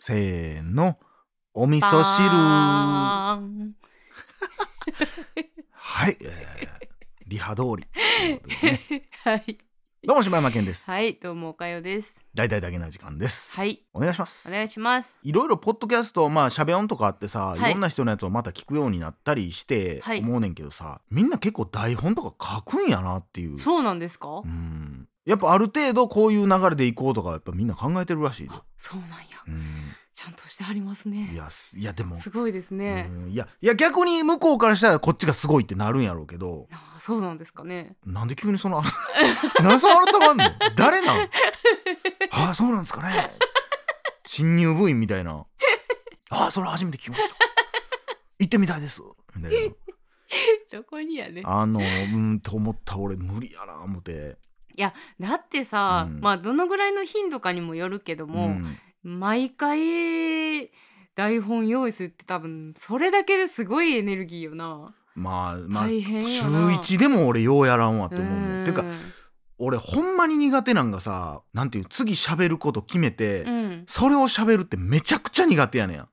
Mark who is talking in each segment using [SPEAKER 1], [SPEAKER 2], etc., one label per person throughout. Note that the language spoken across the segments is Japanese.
[SPEAKER 1] せーの、お味噌汁。は
[SPEAKER 2] バーン
[SPEAKER 1] い、えーリハ通 り。ということでね
[SPEAKER 2] はい。
[SPEAKER 1] どうも柴山健です。
[SPEAKER 2] はい、どうもおかよです。
[SPEAKER 1] 大体だけな時間です。
[SPEAKER 2] はい、
[SPEAKER 1] お願いします。
[SPEAKER 2] お願いします。
[SPEAKER 1] いろいろポッドキャストまあしゃべ音とかあってさ、
[SPEAKER 2] はい
[SPEAKER 1] い、ろんな人のやつをまた聞くようになったりして
[SPEAKER 2] はい
[SPEAKER 1] 思うねんけどさ、みんな結構台本とか書くんやなっていう
[SPEAKER 2] そうなんですか
[SPEAKER 1] う。んやっぱある程度こういう流れでいこうとかやっぱみんな考えてるらしいで
[SPEAKER 2] あ、そうなんや。
[SPEAKER 1] うん
[SPEAKER 2] ちゃんとしてあります
[SPEAKER 1] い
[SPEAKER 2] ね。
[SPEAKER 1] やすいやでも、
[SPEAKER 2] すごいですね
[SPEAKER 1] う。んいやいや逆に向こうからしたらこっちがすごいってなるんやろうけど
[SPEAKER 2] あ、そうなんですかね。
[SPEAKER 1] なんで急にそのあ らなんでその改まんの誰なん ああそうなんですかね新入部員みたいなああそれ初めて聞きました行ってみたいですみたいな
[SPEAKER 2] どこにやね。
[SPEAKER 1] あのうんと思った俺無理やな思って
[SPEAKER 2] だってさ、
[SPEAKER 1] うん
[SPEAKER 2] まあどのぐらいの頻度かにもよるけども、
[SPEAKER 1] ん
[SPEAKER 2] 毎回台本用意するって多分それだけですごいエネルギーよな。
[SPEAKER 1] まあまあ
[SPEAKER 2] 大変
[SPEAKER 1] 週
[SPEAKER 2] やな。
[SPEAKER 1] 一でも俺ようやらんわって思うね
[SPEAKER 2] うん
[SPEAKER 1] てか俺ほんまに苦手なんがさなんていう次喋ること決めて、
[SPEAKER 2] うん、
[SPEAKER 1] それを喋るってめちゃくちゃ苦手やねん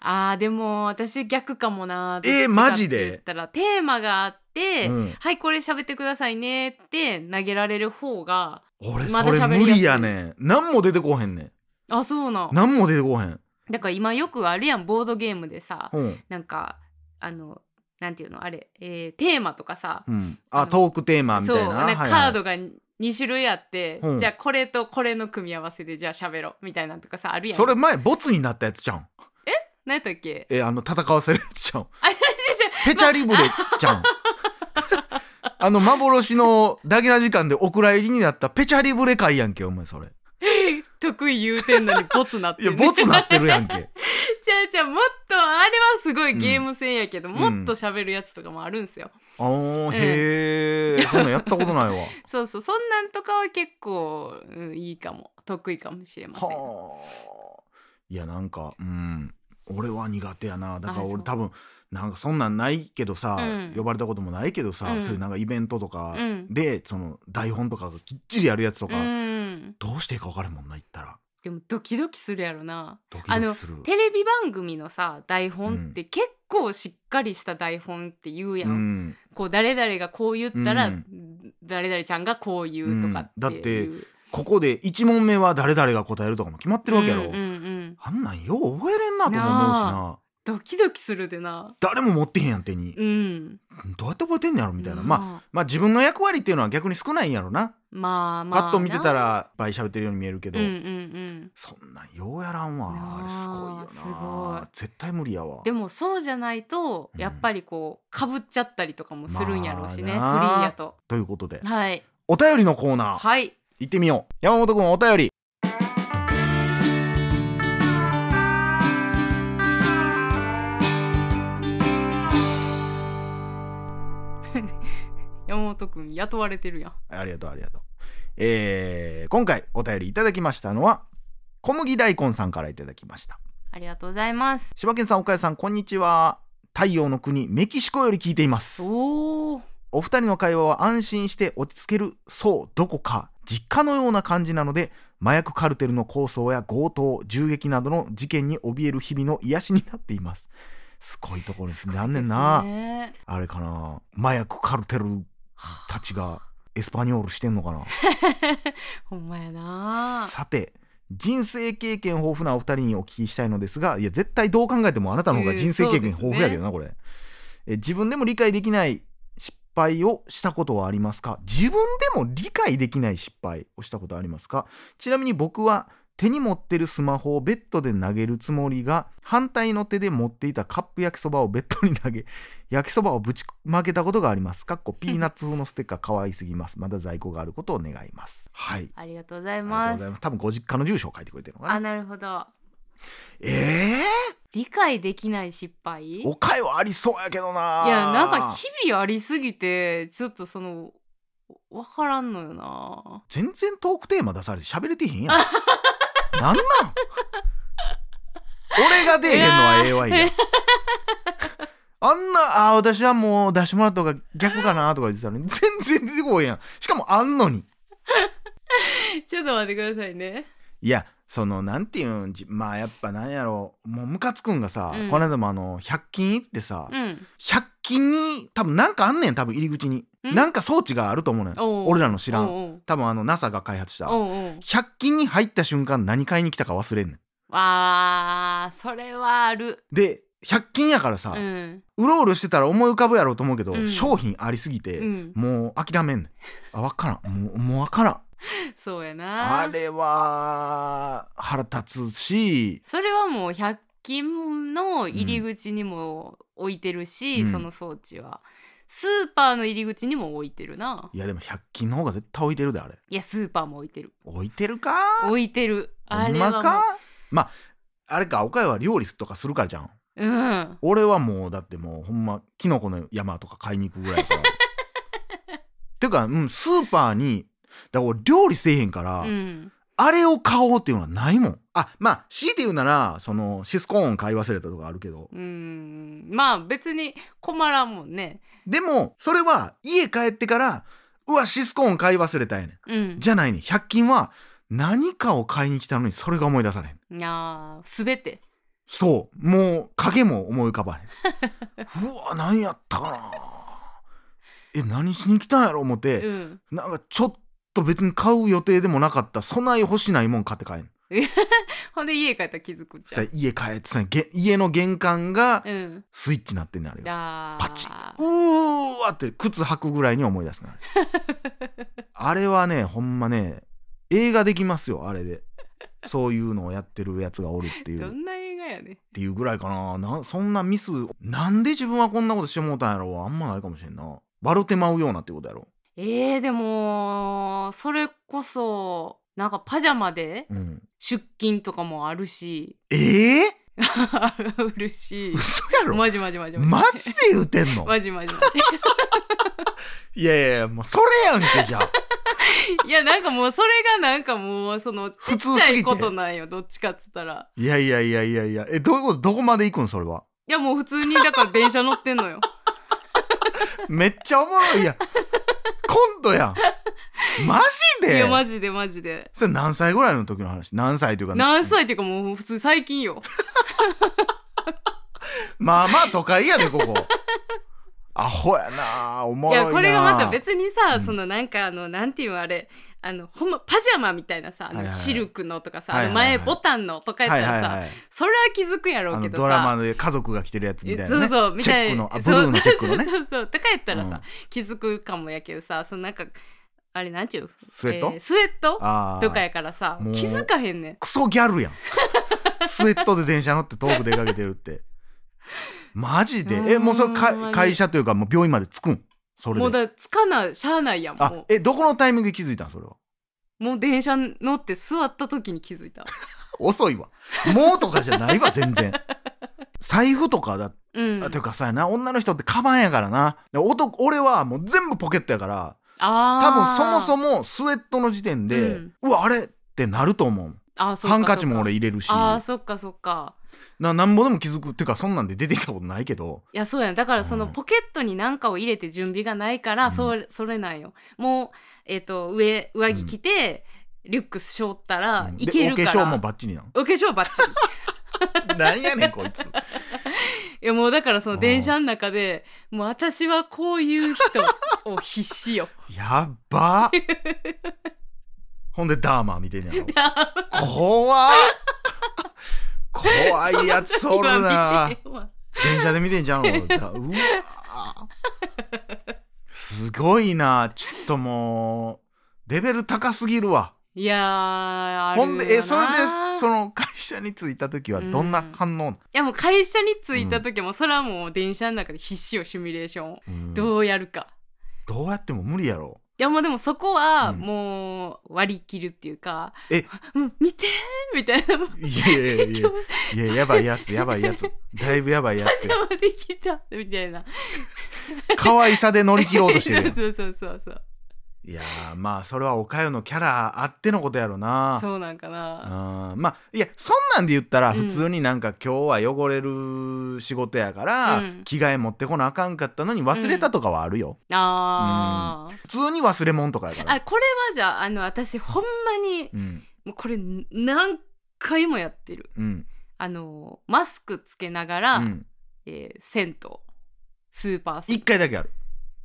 [SPEAKER 2] あーでも私逆かもな
[SPEAKER 1] えー
[SPEAKER 2] どっちか
[SPEAKER 1] マジで
[SPEAKER 2] って言ったらテーマがあって、
[SPEAKER 1] うん
[SPEAKER 2] はいこれ喋ってくださいねって投げられる方が
[SPEAKER 1] 俺
[SPEAKER 2] ま
[SPEAKER 1] それ
[SPEAKER 2] だ喋りやすい
[SPEAKER 1] 無理やねん何も出てこうへんねん
[SPEAKER 2] あそうなん
[SPEAKER 1] 何も出てこうへん、
[SPEAKER 2] だから今よくあるやんボードゲームでさ
[SPEAKER 1] うん
[SPEAKER 2] なんかあのなんていうのあれ、えーテーマとかさ、
[SPEAKER 1] うん、
[SPEAKER 2] あ
[SPEAKER 1] あ
[SPEAKER 2] の
[SPEAKER 1] トークテーマみ
[SPEAKER 2] そう
[SPEAKER 1] たいな
[SPEAKER 2] なんか
[SPEAKER 1] はい
[SPEAKER 2] カー
[SPEAKER 1] は
[SPEAKER 2] ドが2種類あって、
[SPEAKER 1] うん
[SPEAKER 2] じゃあこれとこれの組み合わせでじゃあ喋ろうみたいなのとかさある
[SPEAKER 1] い
[SPEAKER 2] やん
[SPEAKER 1] それ前ボツになったやつじゃん
[SPEAKER 2] 何やったっけ
[SPEAKER 1] えあの戦わせるやつじ ゃん
[SPEAKER 2] あ違う
[SPEAKER 1] ペチャリブレじゃ んあの幻のダゲな時間でお蔵入りになったペチャリブレ会やんけお前それ
[SPEAKER 2] 違う得意言うてんのにボツなって
[SPEAKER 1] い
[SPEAKER 2] る
[SPEAKER 1] やボツなってるやん け
[SPEAKER 2] じゃあじゃあもっとあれはすごいゲーム戦やけど、
[SPEAKER 1] ん
[SPEAKER 2] もっと喋るやつとかもあるんすよ、
[SPEAKER 1] あーへえそんなんやったこと ないわ
[SPEAKER 2] そうそうそんなんとかは結構、うん、いいかも得意かもしれません
[SPEAKER 1] はあいやなんかうん俺は苦手やなだから
[SPEAKER 2] あそ
[SPEAKER 1] 俺
[SPEAKER 2] う
[SPEAKER 1] 多分なんかそんなんないけどさ、
[SPEAKER 2] うん
[SPEAKER 1] 呼ばれたこともないけどさ、
[SPEAKER 2] うん
[SPEAKER 1] そういうなんかイベントとか
[SPEAKER 2] うん
[SPEAKER 1] で、その台本とかがきっちりやるやつと
[SPEAKER 2] う
[SPEAKER 1] か、
[SPEAKER 2] ん
[SPEAKER 1] どうしていいか分からんもんな言ったら
[SPEAKER 2] でもドキドキするやろな
[SPEAKER 1] ドキドキする
[SPEAKER 2] テレビ番組のさ台本って結構しっかりした台本って言うやん、
[SPEAKER 1] うん、
[SPEAKER 2] こう誰々がこう言ったら、
[SPEAKER 1] う
[SPEAKER 2] 誰々ちゃんがこう言うとか
[SPEAKER 1] うんだっ
[SPEAKER 2] って
[SPEAKER 1] て
[SPEAKER 2] いう、
[SPEAKER 1] ここで1問目は誰々が答えるとかも決まってるわけやろ、
[SPEAKER 2] うんうんうん
[SPEAKER 1] あんなんよう覚えれんなとも思うしな
[SPEAKER 2] なドキドキするでな
[SPEAKER 1] 誰も持ってへんやん手に、
[SPEAKER 2] うん
[SPEAKER 1] どうやって覚えてんねやろみたいな、まあ
[SPEAKER 2] まあ
[SPEAKER 1] まあ自分の役割っていうのは逆に少ないんやろな、
[SPEAKER 2] まあまあ
[SPEAKER 1] パッと見てた
[SPEAKER 2] な
[SPEAKER 1] ら倍喋ってるように見えるけど、
[SPEAKER 2] うんうんうん
[SPEAKER 1] そんなんようやらんわ
[SPEAKER 2] なあ
[SPEAKER 1] あれすごいよな
[SPEAKER 2] すごい
[SPEAKER 1] 絶対無理やわ
[SPEAKER 2] でもそうじゃないとやっぱりこうかぶっちゃったりとかもするんやろうしね、
[SPEAKER 1] まあな
[SPEAKER 2] フリーやと
[SPEAKER 1] ということで
[SPEAKER 2] はい
[SPEAKER 1] お便りのコーナー、
[SPEAKER 2] はい
[SPEAKER 1] 行ってみよう山本君お便り
[SPEAKER 2] 山本くん雇われてるやん
[SPEAKER 1] ありがとうありがとうえー今回お便りいただきましたのは小麦大根さんからいただきました
[SPEAKER 2] ありがとうございます
[SPEAKER 1] 柴犬さん岡谷さんこんにちは太陽の国メキシコより聞いています
[SPEAKER 2] おお
[SPEAKER 1] お二人の会話は安心して落ち着けるそうどこか実家のような感じなので麻薬カルテルの抗争や強盗銃撃などの事件に怯える日々の癒しになっていますすごいところに住んであんねんな、あれかな麻薬カルテルたちがエスパニョールしてんのかな
[SPEAKER 2] ほんまやな
[SPEAKER 1] さて人生経験豊富なお二人にお聞きしたいのですがいや絶対どう考えてもあなたの方が人生経験豊富やけどな、これえ自分でも理解できない失敗をしたことはありますか自分でも理解できない失敗をしたことはありますかちなみに僕は手に持ってるスマホをベッドで投げるつもりが反対の手で持っていたカップ焼きそばをベッドに投げ 焼きそばをぶちまけたことがありますかっこピーナッツ風のステッカー可愛すぎますまだ在庫があることを願いますはい
[SPEAKER 2] ありがとうござい
[SPEAKER 1] ありがとう
[SPEAKER 2] ま
[SPEAKER 1] ご
[SPEAKER 2] す
[SPEAKER 1] ざいます多分ご実家の住所を書いてくれてるの
[SPEAKER 2] あ
[SPEAKER 1] かな
[SPEAKER 2] なるほど
[SPEAKER 1] え
[SPEAKER 2] 理解できない失敗い
[SPEAKER 1] ー、おかいはありそうやけどない
[SPEAKER 2] やなんか日々ありすぎてちょっとそのわからんのよな
[SPEAKER 1] 全然トークテーマ出されて喋れてへんやんなんなん俺が出えへんのは AY や
[SPEAKER 2] いや
[SPEAKER 1] あんなあー私はもう出してもらった方が逆かなとか言ってたのに全然出てこうへんやんしかもあんのに
[SPEAKER 2] ちょっと待ってくださいね
[SPEAKER 1] いやそのなんていうんじまあやっぱなんやろもうムカつくんがさ、
[SPEAKER 2] うん
[SPEAKER 1] この間もあの100均行ってさ、
[SPEAKER 2] うん
[SPEAKER 1] 100均に多分なんかあんねん多分入り口に、
[SPEAKER 2] うん
[SPEAKER 1] なんか装置があると思うのよ
[SPEAKER 2] おう
[SPEAKER 1] 俺らの知らん、
[SPEAKER 2] おう
[SPEAKER 1] 多分あの NASA が開発した
[SPEAKER 2] おうおうおう
[SPEAKER 1] 100均に入った瞬間何買いに来たか忘れんねん
[SPEAKER 2] わーそれはある
[SPEAKER 1] で100均やから
[SPEAKER 2] う
[SPEAKER 1] さ、うんろうろしてたら思い浮かぶやろうと思うけど、
[SPEAKER 2] うん
[SPEAKER 1] 商品ありすぎて、
[SPEAKER 2] うん
[SPEAKER 1] もう諦めんねんあ分からんもうもう分からん
[SPEAKER 2] そうやな
[SPEAKER 1] あれは腹立つし
[SPEAKER 2] それはもう100均の入り口にも置いてるし、
[SPEAKER 1] うん
[SPEAKER 2] その装置はスーパーの入り口にも置いてるない
[SPEAKER 1] やでも100均の方が絶対置いてるであれ
[SPEAKER 2] いやスーパーも置いてる
[SPEAKER 1] 置いてるか
[SPEAKER 2] 置いてるあれはも
[SPEAKER 1] ほ
[SPEAKER 2] うん
[SPEAKER 1] まかまああれか岡山は料理とかするからじゃん
[SPEAKER 2] うん
[SPEAKER 1] 俺はもうだってもうほんまキノコの山とか買いに行くぐらい だからてか、うん、スーパーにだから俺料理せえへんから、
[SPEAKER 2] うん
[SPEAKER 1] あれを買おうっていうのはないもんあまあ強いて言うならそのシスコーン買い忘れたとかあるけど
[SPEAKER 2] うんまあ別に困らんもんね
[SPEAKER 1] でもそれは家帰ってからうわシスコーン買い忘れたやねん
[SPEAKER 2] うん
[SPEAKER 1] じゃないねん100均は何かを買いに来たのにそれが思い出されへん
[SPEAKER 2] いやー全て
[SPEAKER 1] そうもう影も思い浮かばへ んうわ何やったかなえ何しに来たんやろ思って、
[SPEAKER 2] うん
[SPEAKER 1] なんかちょっと別に買う予定でもなかった備え欲しないもん買って帰る
[SPEAKER 2] ほんで家帰ったら気づくじゃ
[SPEAKER 1] さ
[SPEAKER 2] ん
[SPEAKER 1] 家帰ってさげ家の玄関が
[SPEAKER 2] うん
[SPEAKER 1] スイッチなってんねんあれが
[SPEAKER 2] だ
[SPEAKER 1] パチッうーわって靴履くぐらいに思い出すねあ れあれはねほんまね映画できますよあれでそういうのをやってるやつがおるっていう
[SPEAKER 2] ど
[SPEAKER 1] っ
[SPEAKER 2] んな映画やね
[SPEAKER 1] ていうぐらいかななそんなミスなんで自分はこんなことしてもうたんやろあんまないかもしれんな笑うてまうようなってことやろ
[SPEAKER 2] えー、でもそれこそなんかパジャマで
[SPEAKER 1] うん
[SPEAKER 2] 出勤とかもあるし
[SPEAKER 1] ええ
[SPEAKER 2] あるし
[SPEAKER 1] ー、嘘やろ
[SPEAKER 2] マジマジマジ
[SPEAKER 1] マジで言うてんの
[SPEAKER 2] マジマジマ
[SPEAKER 1] いやいやいやもうそれやんけじ ゃあ
[SPEAKER 2] ジいやなんかもうそれがなんかもうそのちっちゃいことなんよどっちかっつったら
[SPEAKER 1] いやいやいやいやいやえどういうことどこまで行くんそれはい
[SPEAKER 2] やもう普通にだから電車乗ってん のよ
[SPEAKER 1] めっちゃおもろいやんコントやんマジ
[SPEAKER 2] い
[SPEAKER 1] で
[SPEAKER 2] やマジでマジで
[SPEAKER 1] それ何歳ぐらいの時の話何歳というか
[SPEAKER 2] 何歳っていうかもう普通最近よ
[SPEAKER 1] まあまあ都会やでここアホやなおも
[SPEAKER 2] い
[SPEAKER 1] ろい
[SPEAKER 2] や
[SPEAKER 1] ない
[SPEAKER 2] これがまた別にさ、
[SPEAKER 1] うん
[SPEAKER 2] そのなんかあのなんていうのあれあのほんまパジャマみたいなさあの
[SPEAKER 1] はいはいはい
[SPEAKER 2] シルクのとかさ、
[SPEAKER 1] はいはいはい
[SPEAKER 2] あの前ボタンのとかやった
[SPEAKER 1] はい
[SPEAKER 2] らさ、
[SPEAKER 1] はいはい
[SPEAKER 2] それは気づくやろ
[SPEAKER 1] あ
[SPEAKER 2] う
[SPEAKER 1] の
[SPEAKER 2] けどさ
[SPEAKER 1] ドラマで家族が着てるやつみたいなね
[SPEAKER 2] そうそうみたい
[SPEAKER 1] チェックの
[SPEAKER 2] な
[SPEAKER 1] あブルーのチェックのね
[SPEAKER 2] そうそうそうそうとかやったらさ、
[SPEAKER 1] うん
[SPEAKER 2] 気づくかもやけどさそのなんかあれなんていう
[SPEAKER 1] スウェット、
[SPEAKER 2] えースウェット
[SPEAKER 1] ああ
[SPEAKER 2] とかやからさ
[SPEAKER 1] もう
[SPEAKER 2] 気づかへんねん
[SPEAKER 1] クソギャルやんスウェットで電車乗って遠く出かけてるってマジでえもうそれ
[SPEAKER 2] ほんま
[SPEAKER 1] か
[SPEAKER 2] に
[SPEAKER 1] 会社というかもう病院まで着くんそれ
[SPEAKER 2] もう
[SPEAKER 1] で
[SPEAKER 2] だつかなしゃあないやん
[SPEAKER 1] あ
[SPEAKER 2] も
[SPEAKER 1] えどこのタイミングで気づいたんそれは
[SPEAKER 2] うもう電車乗って座った時に気づいた
[SPEAKER 1] 遅いわもうとかじゃないわ全然財布とかだ
[SPEAKER 2] うん
[SPEAKER 1] というかさやな女の人ってカバンやからなで男俺はもう全部ポケットやから
[SPEAKER 2] あ
[SPEAKER 1] 多分そもそ
[SPEAKER 2] も
[SPEAKER 1] もスウェットの時点で、う
[SPEAKER 2] うん
[SPEAKER 1] わあれってなると思う
[SPEAKER 2] あそうか
[SPEAKER 1] ハンカチ
[SPEAKER 2] そう
[SPEAKER 1] も
[SPEAKER 2] か
[SPEAKER 1] 俺入れるし
[SPEAKER 2] あーそっかそっか
[SPEAKER 1] ななんぼでも気づくっていうかそんなんで出てきたことないけど
[SPEAKER 2] いやそうやんだからそうの
[SPEAKER 1] ん
[SPEAKER 2] ポケットに何かを入れて準備がないから、
[SPEAKER 1] うん
[SPEAKER 2] それそれなんよもうえっ、と上上着着て、リュック背負ったら
[SPEAKER 1] うん
[SPEAKER 2] いけるから、
[SPEAKER 1] でお化粧もバッチリなん
[SPEAKER 2] お化粧バッチリ
[SPEAKER 1] なんやねんこいつ
[SPEAKER 2] いやもうだからその
[SPEAKER 1] うん
[SPEAKER 2] 電車の中でもう私はこういう人を 必死よ
[SPEAKER 1] やっばほんでダーマー見てんねやろ
[SPEAKER 2] だ
[SPEAKER 1] 怖っ怖いやつおるな
[SPEAKER 2] 今見てよ
[SPEAKER 1] 電車で見てんじゃんのだうわすごいなちょっともうレベル高すぎるわ
[SPEAKER 2] いやーある
[SPEAKER 1] ほ
[SPEAKER 2] よなん
[SPEAKER 1] でえそれでそ
[SPEAKER 2] い
[SPEAKER 1] の会社に着いた時はどんな反応、
[SPEAKER 2] やもう会社に着いた時も、それはもう電車の中で必死よシミュレーション、
[SPEAKER 1] うんど
[SPEAKER 2] どうやるか
[SPEAKER 1] うやっても無理やろ
[SPEAKER 2] いやもうでもそこは
[SPEAKER 1] うん
[SPEAKER 2] もう割り切るっていうか「
[SPEAKER 1] え
[SPEAKER 2] うん見て!」みたいな「もう
[SPEAKER 1] いやいやいや
[SPEAKER 2] 今日
[SPEAKER 1] いややばいやつやばいやつだいぶやばいやつ
[SPEAKER 2] パジャマできた」みたいな
[SPEAKER 1] 可愛さで乗り切ろうとしてるやん
[SPEAKER 2] そうそうそうそう
[SPEAKER 1] いやーまあそれはおかゆのキャラあってのことやろな
[SPEAKER 2] そうなんかな
[SPEAKER 1] あーまあいやそんなんで言ったら
[SPEAKER 2] うん
[SPEAKER 1] 普通になんか今日は汚れる仕事やから、
[SPEAKER 2] うん
[SPEAKER 1] 着替え持ってこなあかんかったのに忘れたとかはあるよ、
[SPEAKER 2] あー、
[SPEAKER 1] 普通に忘れ物とかやから
[SPEAKER 2] あこれはじゃああの私ほんまに
[SPEAKER 1] うん
[SPEAKER 2] もうこれ何回もやってる
[SPEAKER 1] うん
[SPEAKER 2] あのマスクつけながら、
[SPEAKER 1] うん
[SPEAKER 2] えー銭湯スーパー銭
[SPEAKER 1] 一回だけある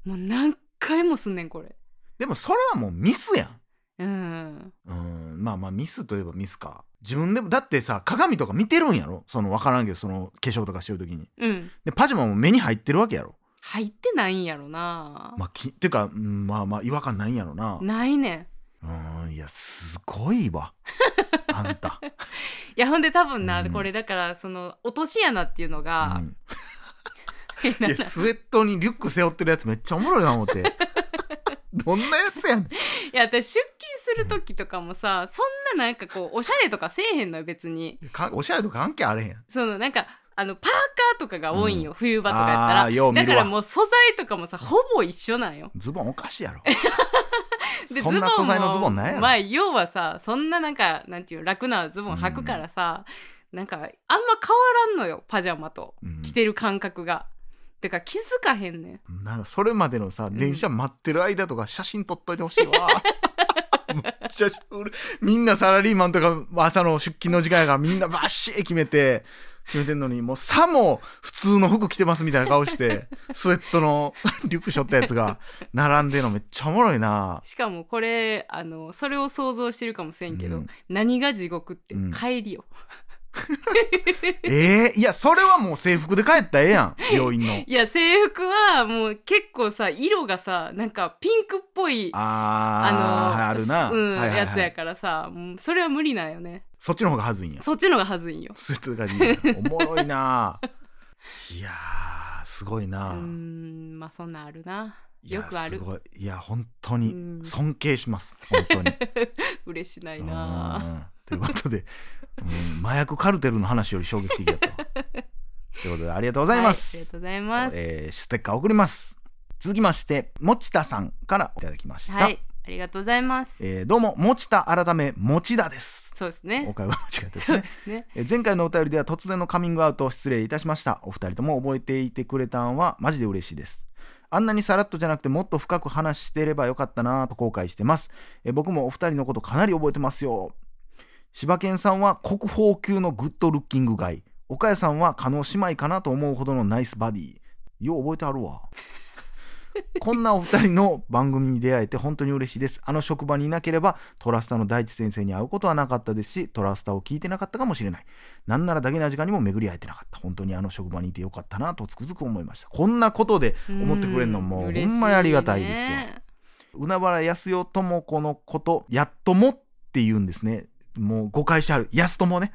[SPEAKER 2] 湯もう何回もすんねんこれ
[SPEAKER 1] でもそれはもうミスやん
[SPEAKER 2] うん
[SPEAKER 1] うんまあまあミスといえばミスか自分でもだってさ鏡とか見てるんやろその分からんけどその化粧とかしてる時に
[SPEAKER 2] うん
[SPEAKER 1] でパジャマも目に入ってるわけやろ
[SPEAKER 2] 入ってないんやろな、
[SPEAKER 1] まあきてかうんまあまあ違和感ないんやろな
[SPEAKER 2] ないねん
[SPEAKER 1] うんいやすごい わあんた
[SPEAKER 2] いやほんで多分な、
[SPEAKER 1] うん
[SPEAKER 2] これだからその落とし穴っていうのが、
[SPEAKER 1] うん
[SPEAKER 2] 変ない
[SPEAKER 1] やスウェットにリュック背負ってるやつめっちゃおもろいな思って どんなやつやねん
[SPEAKER 2] いや私出勤する時とかもさそんななんかこうおしゃれとかせえへんのよ別に
[SPEAKER 1] かおしゃれと関係あれへん
[SPEAKER 2] そのなんかあのパーカーとかが多いんよ、冬場とかやった
[SPEAKER 1] ああー
[SPEAKER 2] ら
[SPEAKER 1] よう見
[SPEAKER 2] だか
[SPEAKER 1] る
[SPEAKER 2] ら
[SPEAKER 1] わ
[SPEAKER 2] もう素材とかもさほぼ一緒なんよ
[SPEAKER 1] ズボンおかしいやろ
[SPEAKER 2] で
[SPEAKER 1] そんな
[SPEAKER 2] ズ
[SPEAKER 1] 素
[SPEAKER 2] ボンも
[SPEAKER 1] 材のズボンないやろ
[SPEAKER 2] まあ要はさそんななんかなんていうの楽なズボン履くからさ、なんかあんま変わらんのよパジャマと
[SPEAKER 1] うん
[SPEAKER 2] 着てる感覚が、てか気づかへんねん
[SPEAKER 1] なんかそれまでのさ
[SPEAKER 2] ん
[SPEAKER 1] 電車待ってる間とか写真撮っといてほしい わめっちゃ俺みんなサラリーマンとか朝の出勤の時間やからみんなバッシー決めて決めてんのにもうさも普通の服着てますみたいな顔 してスウェットのリュック背負ったやつが並んでるのめっちゃおもろいな
[SPEAKER 2] しかもこれあのそれを想像してるかもしれんけど、
[SPEAKER 1] うん
[SPEAKER 2] 何が地獄って、
[SPEAKER 1] うん
[SPEAKER 2] 帰りよ
[SPEAKER 1] えー、いやそれはもう制服で帰ったらええやん病 院の
[SPEAKER 2] いや制服はもう結構さ色がさなんかピンクっぽい
[SPEAKER 1] あーはいあるな、
[SPEAKER 2] うん
[SPEAKER 1] はいはいはい
[SPEAKER 2] やつやからさもうそれは無理なんよね
[SPEAKER 1] そっちの方がはずいんや
[SPEAKER 2] そっちのがはずいんよ
[SPEAKER 1] スーツがいいねおもろいないやーすごいうな、
[SPEAKER 2] ーんまあそんなんあるない
[SPEAKER 1] や
[SPEAKER 2] よくあ
[SPEAKER 1] す
[SPEAKER 2] る
[SPEAKER 1] ごいいや本当
[SPEAKER 2] う
[SPEAKER 1] に
[SPEAKER 2] ん
[SPEAKER 1] 尊敬します本当に
[SPEAKER 2] 嬉しな
[SPEAKER 1] う
[SPEAKER 2] いなん
[SPEAKER 1] ということで、うん麻薬カルテルの話より衝撃的だ ったわということでありがとうございます、
[SPEAKER 2] はいありがとうございます、
[SPEAKER 1] えーステッカー送ります続きましてもちたさんからいただきました、
[SPEAKER 2] はいありがとうございます
[SPEAKER 1] えーどうももちた改めもちだです
[SPEAKER 2] そうです
[SPEAKER 1] お
[SPEAKER 2] ね
[SPEAKER 1] 会話間違えてです
[SPEAKER 2] そう
[SPEAKER 1] ね
[SPEAKER 2] ですね
[SPEAKER 1] えー前回のお便りでは突然のカミングアウトを失礼いたしましたお二人とも覚えていてくれたんはマジで嬉しいですあんなにさらっとじゃなくてもっと深く話してればよかったなぁと後悔してますえー僕もお二人のことかなり覚えてますよ柴犬さんは国宝級のグッドルッキングガイ岡谷さんは加納姉妹かなと思うほどのナイスバディよう覚えてあるわこんなお二人の番組に出会えて本当に嬉しいですあの職場にいなければトラスタの大地先生に会うことはなかったですしトラスタを聞いてなかったかもしれないなんならだけな時間にも巡り会えてなかった本当にあの職場にいてよかったなとつくづく思いましたこんなことで思ってくれるのも
[SPEAKER 2] う
[SPEAKER 1] ほんまにありがたいですよ
[SPEAKER 2] 嬉しね
[SPEAKER 1] 海原康代智子のことやっともって言うんですねもう誤解してある安友ね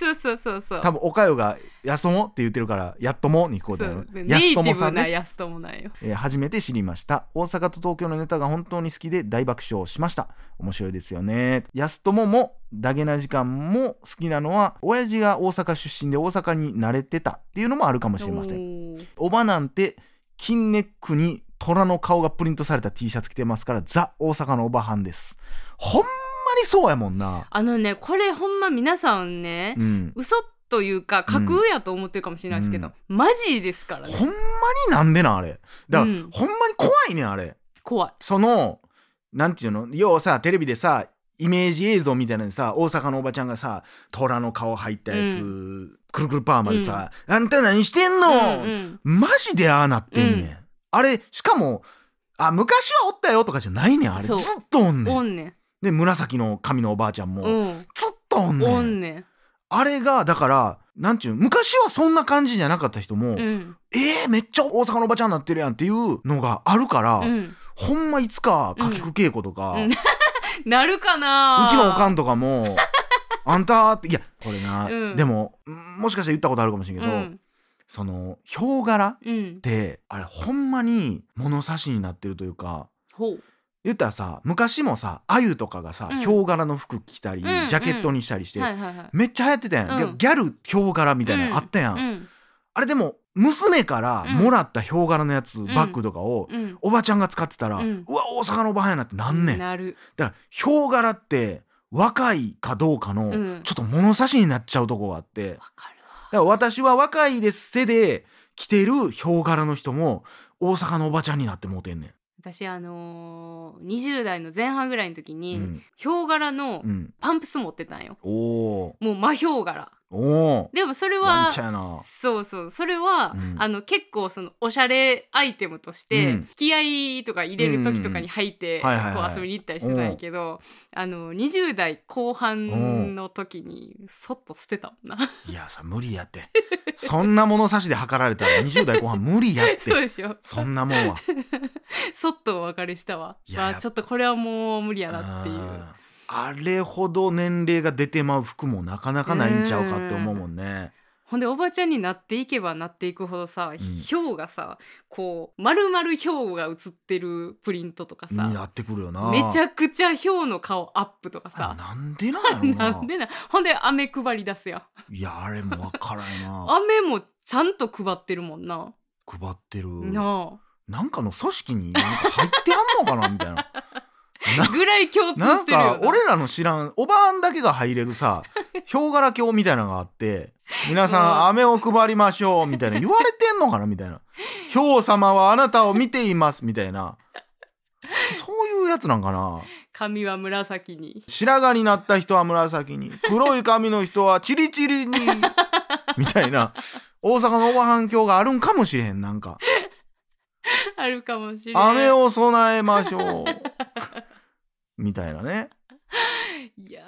[SPEAKER 2] そうそうそうそう
[SPEAKER 1] 多分おかよが安友って言ってるからやっともに聞こえた
[SPEAKER 2] そう
[SPEAKER 1] の
[SPEAKER 2] ネイ
[SPEAKER 1] 安
[SPEAKER 2] テ
[SPEAKER 1] 友さ
[SPEAKER 2] ィブ
[SPEAKER 1] ん
[SPEAKER 2] な
[SPEAKER 1] ね、
[SPEAKER 2] 安友なんよ。
[SPEAKER 1] えー初めて知りました大阪と東京のネタが本当に好きで大爆笑しました面白いですよね安友もダゲな時間も好きなのは親父が大阪出身で大阪に慣れてたっていうのもあるかもしれません
[SPEAKER 2] おー
[SPEAKER 1] おばなんて金ネックに虎の顔がプリントされた T シャツ着てますからザ大阪のおばはんですほんまにそうやもんな
[SPEAKER 2] あのねこれほんま皆さんね、
[SPEAKER 1] うん
[SPEAKER 2] 嘘というか架空やと思ってるかもしれないですけど、マジですからね
[SPEAKER 1] ほんまになんでなんあれだから、
[SPEAKER 2] うん
[SPEAKER 1] ほんまに怖いねんあれ
[SPEAKER 2] 怖い。
[SPEAKER 1] そのなんていうのようさテレビでさイメージ映像みたいなのにさ大阪のおばちゃんがさ虎の顔入ったやつ、
[SPEAKER 2] う
[SPEAKER 1] くるくるパーマでさ「あんた何してんの
[SPEAKER 2] うんうん
[SPEAKER 1] マジでああなってんねん、
[SPEAKER 2] う
[SPEAKER 1] あれしかもあ昔はおったよとかじゃないねんあれず
[SPEAKER 2] そ
[SPEAKER 1] っ
[SPEAKER 2] う
[SPEAKER 1] とおんねん
[SPEAKER 2] おんね
[SPEAKER 1] で紫の髪のおばあちゃん
[SPEAKER 2] ん。
[SPEAKER 1] も、
[SPEAKER 2] うん。
[SPEAKER 1] ずっとおんねん
[SPEAKER 2] おんね
[SPEAKER 1] あれがだからなんちゅう昔はそんな感じじゃなかった人も、
[SPEAKER 2] ん。うん。
[SPEAKER 1] えー、めっちゃ大阪のおばちゃんになってるやんっていうのがあるから、
[SPEAKER 2] うん。
[SPEAKER 1] ほんまいつか
[SPEAKER 2] うん
[SPEAKER 1] かきくけいことか、う
[SPEAKER 2] うんなるかな。
[SPEAKER 1] ちのおか
[SPEAKER 2] ん。
[SPEAKER 1] んとかも「あんた」っていやこれな、
[SPEAKER 2] うん
[SPEAKER 1] でもんもしかしたら言ったことあるかもしれんけ
[SPEAKER 2] う
[SPEAKER 1] ど、
[SPEAKER 2] ん。
[SPEAKER 1] そのヒョウ柄っ
[SPEAKER 2] うん。
[SPEAKER 1] てあれほんまに物差しになってるというか
[SPEAKER 2] ほう。
[SPEAKER 1] 言ったらさ昔もさアユとかがさ、
[SPEAKER 2] うん
[SPEAKER 1] ヒョウ柄の服着たり、
[SPEAKER 2] ん
[SPEAKER 1] ジャケットにしたりして、
[SPEAKER 2] はいはいはい。
[SPEAKER 1] めっちゃ流行ってたやん、
[SPEAKER 2] うん
[SPEAKER 1] ギャルヒョウ柄みたいな
[SPEAKER 2] うん
[SPEAKER 1] のあったやん、
[SPEAKER 2] うん。
[SPEAKER 1] あれでも娘からもらったヒョウ柄のやつ、
[SPEAKER 2] ん
[SPEAKER 1] バッグとかを、
[SPEAKER 2] うん。
[SPEAKER 1] おばちゃんが使ってたら、う
[SPEAKER 2] うん
[SPEAKER 1] わ大阪のおばはんやなってなんねん、だか
[SPEAKER 2] なる。
[SPEAKER 1] らヒョウ柄って若いかどうかの、
[SPEAKER 2] うん
[SPEAKER 1] ちょっと物差しになっちゃうとこがあってだか
[SPEAKER 2] わかるわ。
[SPEAKER 1] ら私は若いですせで着てるヒョウ柄の人も大阪のおばちゃんになってもうてんねん
[SPEAKER 2] 私あのー、20代の前半ぐらいの時
[SPEAKER 1] う
[SPEAKER 2] に、
[SPEAKER 1] ん
[SPEAKER 2] ヒョウ柄の
[SPEAKER 1] うん
[SPEAKER 2] パンプス持ってたんよ
[SPEAKER 1] おお
[SPEAKER 2] もう真ヒョウ柄
[SPEAKER 1] おお
[SPEAKER 2] でもそれ
[SPEAKER 1] ワ
[SPEAKER 2] は
[SPEAKER 1] ンチャンやな
[SPEAKER 2] そうそうそれは、
[SPEAKER 1] うん
[SPEAKER 2] あの結構そのおしゃれアイテムとし
[SPEAKER 1] う
[SPEAKER 2] て
[SPEAKER 1] ん
[SPEAKER 2] 気合とか入れる時とかに履いてこ
[SPEAKER 1] はいはいはいう
[SPEAKER 2] 遊びに行ったりしてたんやけどあの20代後半の時にそっと捨てたも んな
[SPEAKER 1] いやさ無理やってそんな物差しで測られたら20代後半無理やっ
[SPEAKER 2] そう
[SPEAKER 1] て
[SPEAKER 2] でしょ
[SPEAKER 1] そんなもんは
[SPEAKER 2] そっとお別れしたわ
[SPEAKER 1] いや
[SPEAKER 2] まあちょっとこれはもう無理やなっていう
[SPEAKER 1] あーあれほど年齢が出てまう服もなかなかないんちゃうかって思うもんね
[SPEAKER 2] ほんでおばちゃんになっていけばなっていくほどさ、
[SPEAKER 1] ん
[SPEAKER 2] ヒョウがさこう丸々ヒョウが写ってるプリントとか
[SPEAKER 1] に
[SPEAKER 2] さ
[SPEAKER 1] なってくるよな
[SPEAKER 2] めちゃくちゃヒョウの顔アップとかさ
[SPEAKER 1] あなんでなんやろな
[SPEAKER 2] なんでなほんで飴配り出すやん
[SPEAKER 1] いやあれもわからん な
[SPEAKER 2] 飴もちゃんと配ってるもんな、
[SPEAKER 1] 配ってる
[SPEAKER 2] な
[SPEAKER 1] なんかの組織になんか入ってはんのかなみ たいな
[SPEAKER 2] あぐらい共通
[SPEAKER 1] な
[SPEAKER 2] し
[SPEAKER 1] ん
[SPEAKER 2] てるよ
[SPEAKER 1] か俺らの知らんおばあんだけが入れるさ ヒョウ柄鏡みたいなのがあって皆さ
[SPEAKER 2] うん
[SPEAKER 1] ん飴を配りましょうみたいな言われてんのかなみたいなヒョウ様はあなたを見ていますみたいなそういうやつなんかな
[SPEAKER 2] 髪は紫に
[SPEAKER 1] 白髪になった人は紫に黒い髪の人はチリチリにみたいな大阪のおばはん鏡があるんかもしれへんなんか
[SPEAKER 2] あるかもしれない
[SPEAKER 1] 飴を備えましょう みたいなね
[SPEAKER 2] いや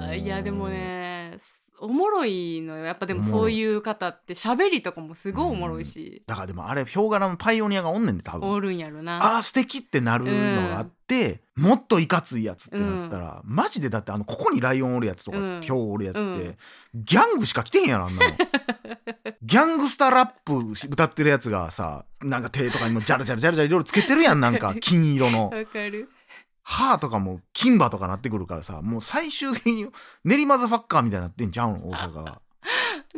[SPEAKER 1] う
[SPEAKER 2] ー
[SPEAKER 1] ん
[SPEAKER 2] いやでもねおもろいのよやっぱでもそういう方って喋りとかもすごいおもろいし、
[SPEAKER 1] だからでもあれヒョウ柄のパイオニアがおんねんで多分
[SPEAKER 2] おるんやろな
[SPEAKER 1] ああ素敵ってなるのがあって、もっといかついやつってなったら、マジでだってあのここにライオンおるやつとか、
[SPEAKER 2] うん
[SPEAKER 1] ヒョウおるやつって、
[SPEAKER 2] うん
[SPEAKER 1] ギャングしか来てへんやろあん なのギャングスターラップ歌ってるやつがさなんか手とかにもジャラジャラジャラジャラいろいろつけてるやんなん か金色の
[SPEAKER 2] わかる
[SPEAKER 1] 歯とかも金歯とかなってくるからさもう最終的に練馬ザファッカーみたいになってんちゃうの大阪は。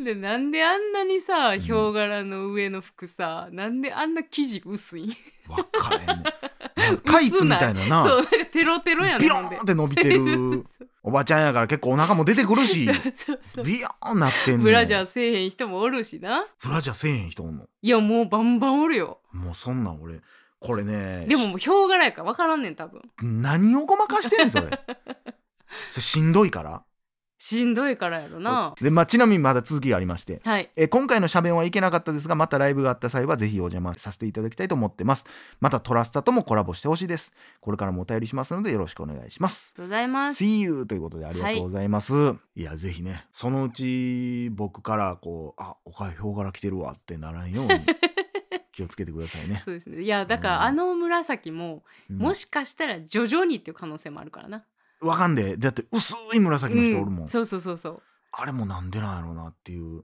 [SPEAKER 2] でなんであんなにさ
[SPEAKER 1] うん
[SPEAKER 2] ヒョウ柄の上の服さ、なんであんな生地薄いん
[SPEAKER 1] わからへんねなんかタイツみたい な
[SPEAKER 2] そ
[SPEAKER 1] な
[SPEAKER 2] うなんかテロテロやん
[SPEAKER 1] ビロ
[SPEAKER 2] ほん
[SPEAKER 1] ー
[SPEAKER 2] で
[SPEAKER 1] ンって伸びて るおばちゃんやから結構お腹も出てくるし。
[SPEAKER 2] そうそう
[SPEAKER 1] ビヨーンなってんねん
[SPEAKER 2] ブラジャーせえへん人もおるしな
[SPEAKER 1] ブラジャーせえへん人おんの
[SPEAKER 2] いやもうバンバンおるよ
[SPEAKER 1] もうそんなん俺これね
[SPEAKER 2] でももうヒョウ柄やから分からんねん多分
[SPEAKER 1] 何をごまかしてんねんそ れそれしんどいから
[SPEAKER 2] しんどいからやろな
[SPEAKER 1] で、まあ、ちなみにまだ続きがありまして
[SPEAKER 2] はい
[SPEAKER 1] えー今回の社弁はいけなかったですがまたライブがあった際はぜひお邪魔させていただきたいと思ってますまたトラスタともコラボしてほしいですこれからもお便りしますのでよろしくお願いします
[SPEAKER 2] ありがとうございます
[SPEAKER 1] See you ということでありがとうございます。い、や、ぜひね、そのうち僕からこう、あ、おかゆ表柄来てるわってならん ように気をつけてくださいね。
[SPEAKER 2] そうですねいやだからあの紫も、
[SPEAKER 1] うん
[SPEAKER 2] もしかしたら徐々にっていう可能性もあるからな
[SPEAKER 1] わかんで、だって薄い紫の人おるもん。
[SPEAKER 2] うんそうそうそうそう
[SPEAKER 1] あれもなんでなんやろうなっていう。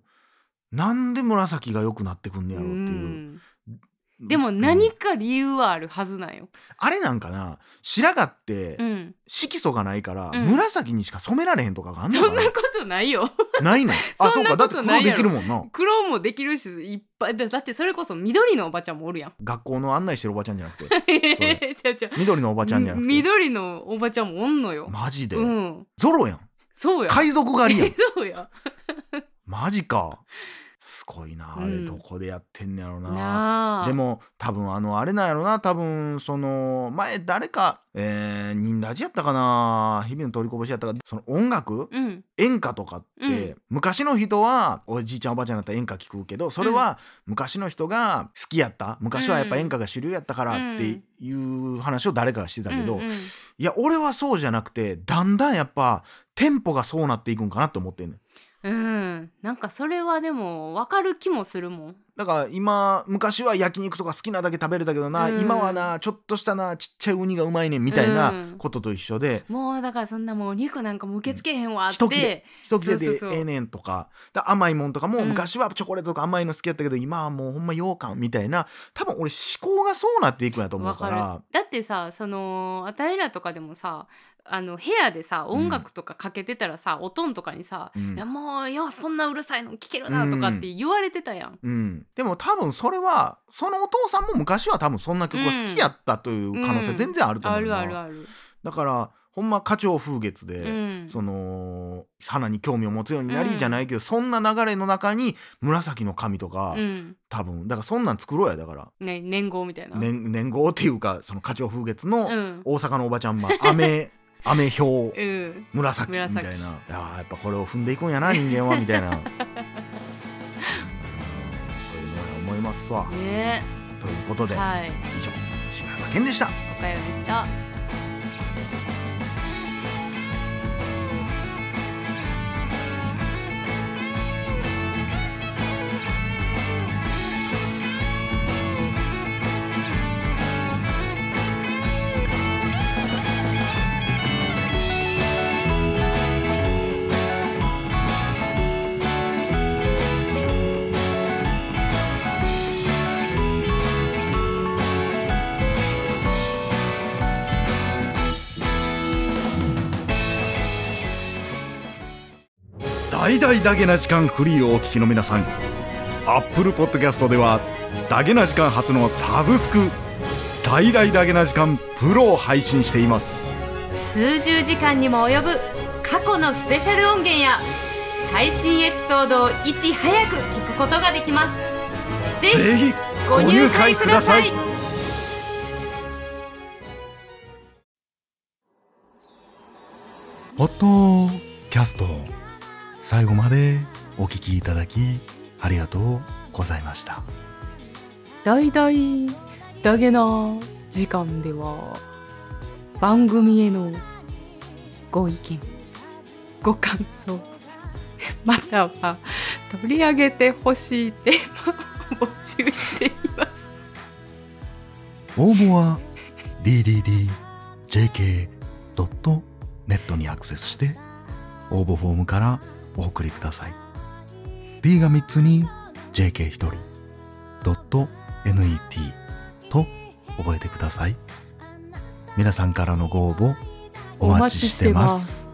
[SPEAKER 1] なんで紫が良くなってくんねやろうっていう。
[SPEAKER 2] うんでも
[SPEAKER 1] う
[SPEAKER 2] 何
[SPEAKER 1] ん
[SPEAKER 2] か理由はあるはずなんよ、
[SPEAKER 1] あれなんかな、白髪って
[SPEAKER 2] うん、
[SPEAKER 1] 色素がないから、
[SPEAKER 2] うん
[SPEAKER 1] 紫にしか染められへんとかがあんの
[SPEAKER 2] そ
[SPEAKER 1] か
[SPEAKER 2] ん
[SPEAKER 1] な
[SPEAKER 2] なことないよ
[SPEAKER 1] ないのあ、
[SPEAKER 2] そ
[SPEAKER 1] そ
[SPEAKER 2] ん
[SPEAKER 1] う
[SPEAKER 2] な
[SPEAKER 1] か。だっ
[SPEAKER 2] こ
[SPEAKER 1] て
[SPEAKER 2] と
[SPEAKER 1] 黒
[SPEAKER 2] ない
[SPEAKER 1] で
[SPEAKER 2] や
[SPEAKER 1] き
[SPEAKER 2] ろ
[SPEAKER 1] るもんな。
[SPEAKER 2] 黒もできるしいっぱいだだってそれこそ緑のおばちゃんもおるやん
[SPEAKER 1] 学校の案内してるおばちゃんじゃなくて、れ
[SPEAKER 2] ちゃうちゃう
[SPEAKER 1] 緑のおばちゃんじゃなくて。
[SPEAKER 2] 緑のおばちゃんもおんのよ、
[SPEAKER 1] マジで、
[SPEAKER 2] うん
[SPEAKER 1] ゾロやん
[SPEAKER 2] そうや
[SPEAKER 1] 海賊狩りや ん
[SPEAKER 2] そうや
[SPEAKER 1] マジかすごいなあ
[SPEAKER 2] う
[SPEAKER 1] れ
[SPEAKER 2] ん
[SPEAKER 1] どこでやってんねやろな、
[SPEAKER 2] なあ
[SPEAKER 1] でも多分あのあれなんやろな多分その前誰かえー、ニンラジやったかな日々の取りこぼしやったかその音楽
[SPEAKER 2] うん
[SPEAKER 1] 演歌とかって、
[SPEAKER 2] うん
[SPEAKER 1] 昔の人はおじいちゃんおばあちゃんだったら演歌聞くけどそれは昔の人が好きやった昔はやっぱ演歌が主流やったからっていう話を誰かがしてたけど、
[SPEAKER 2] うんうん
[SPEAKER 1] いや俺はそうじゃなくてだんだんやっぱテンポがそうなっていくんかなって思ってんねん
[SPEAKER 2] うんなんかそれはでも分かる気もするもん
[SPEAKER 1] だから今昔は焼肉とか好きなだけ食べれたけどな、
[SPEAKER 2] うん
[SPEAKER 1] 今はなちょっとしたなちっちゃいウニがうまいねんみたいうなんことと一緒で、
[SPEAKER 2] もうだからそんなもうお肉なんかもう受け付けへんわっ
[SPEAKER 1] 一切
[SPEAKER 2] て、
[SPEAKER 1] 一切れ
[SPEAKER 2] そう
[SPEAKER 1] で
[SPEAKER 2] そうそう
[SPEAKER 1] ええねんとかだ甘いもんとかも
[SPEAKER 2] うん
[SPEAKER 1] 昔はチョコレートとか甘いの好きやったけど、今はもうほんま羊羹みたいな多分俺思考がそうなっていくんやと思う
[SPEAKER 2] わ
[SPEAKER 1] から
[SPEAKER 2] かるだってさそのあたいらとかでもさあの部屋でさ音楽とかかけてたらさ、おとんとかにさ、
[SPEAKER 1] うん
[SPEAKER 2] いやもうよそんなうるさいの聞けるなとかって言われてたやん、
[SPEAKER 1] うん、でも多分それはそのお父さんも昔は多分そんな曲が好きやったという可能性全然あると思
[SPEAKER 2] あ
[SPEAKER 1] う、ん
[SPEAKER 2] る
[SPEAKER 1] だ
[SPEAKER 2] あるある
[SPEAKER 1] だからほんま花鳥風月で、
[SPEAKER 2] うん
[SPEAKER 1] その花に興味を持つようになり、
[SPEAKER 2] うん
[SPEAKER 1] じゃないけどそんな流れの中に紫の髪とか、
[SPEAKER 2] うん
[SPEAKER 1] 多分だからそんなん作ろうやだか
[SPEAKER 2] ね、年号みたいな、
[SPEAKER 1] ら、年年号っていうかその花鳥風月の
[SPEAKER 2] うん、
[SPEAKER 1] 大阪のおばちゃんま 雨雨氷
[SPEAKER 2] うん、
[SPEAKER 1] 紫みたいな
[SPEAKER 2] 紫
[SPEAKER 1] いやーやっぱこれを踏んでいくんやな人間はみた いなうんそういうのは思いますわ。
[SPEAKER 2] ね
[SPEAKER 1] ということで、
[SPEAKER 2] はい
[SPEAKER 1] 以上柴山健でした。
[SPEAKER 2] おかよでした
[SPEAKER 1] 大々だけな時間フリーをお聞きの皆さん Apple Podcast ではだけな時間初のサブスク「大々だけな時間プロ」を配信しています
[SPEAKER 2] 数十時間にも及ぶ過去のスペシャル音源や最新エピソードをいち早く聞くことができますぜひ
[SPEAKER 1] ぜひ
[SPEAKER 2] ご入会ください
[SPEAKER 1] ポッドキャスト最後までお聞きいただきありがとうございました
[SPEAKER 2] 大々だげな時間では番組へのご意見ご感想または取り上げてほしいテーマを募集しています
[SPEAKER 1] 応募は dddjk.net にアクセスして応募フォームからお送りください D が3つに JK1 人 .net と覚えてください皆さんからのご応募お待ちしてます